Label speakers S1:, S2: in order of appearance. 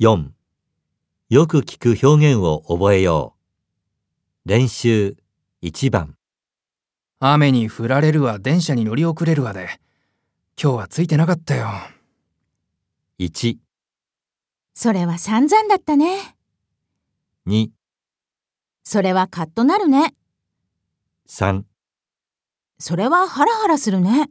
S1: 4. よく聞く表現を覚えよう。練習1番。
S2: 雨に降られるわ電車に乗り遅れるわで今日はついてなかったよ
S1: 1、
S3: それは散々だったね。
S1: 2、
S3: それはカッとなるね。
S1: 3。
S3: それはハラハラするね。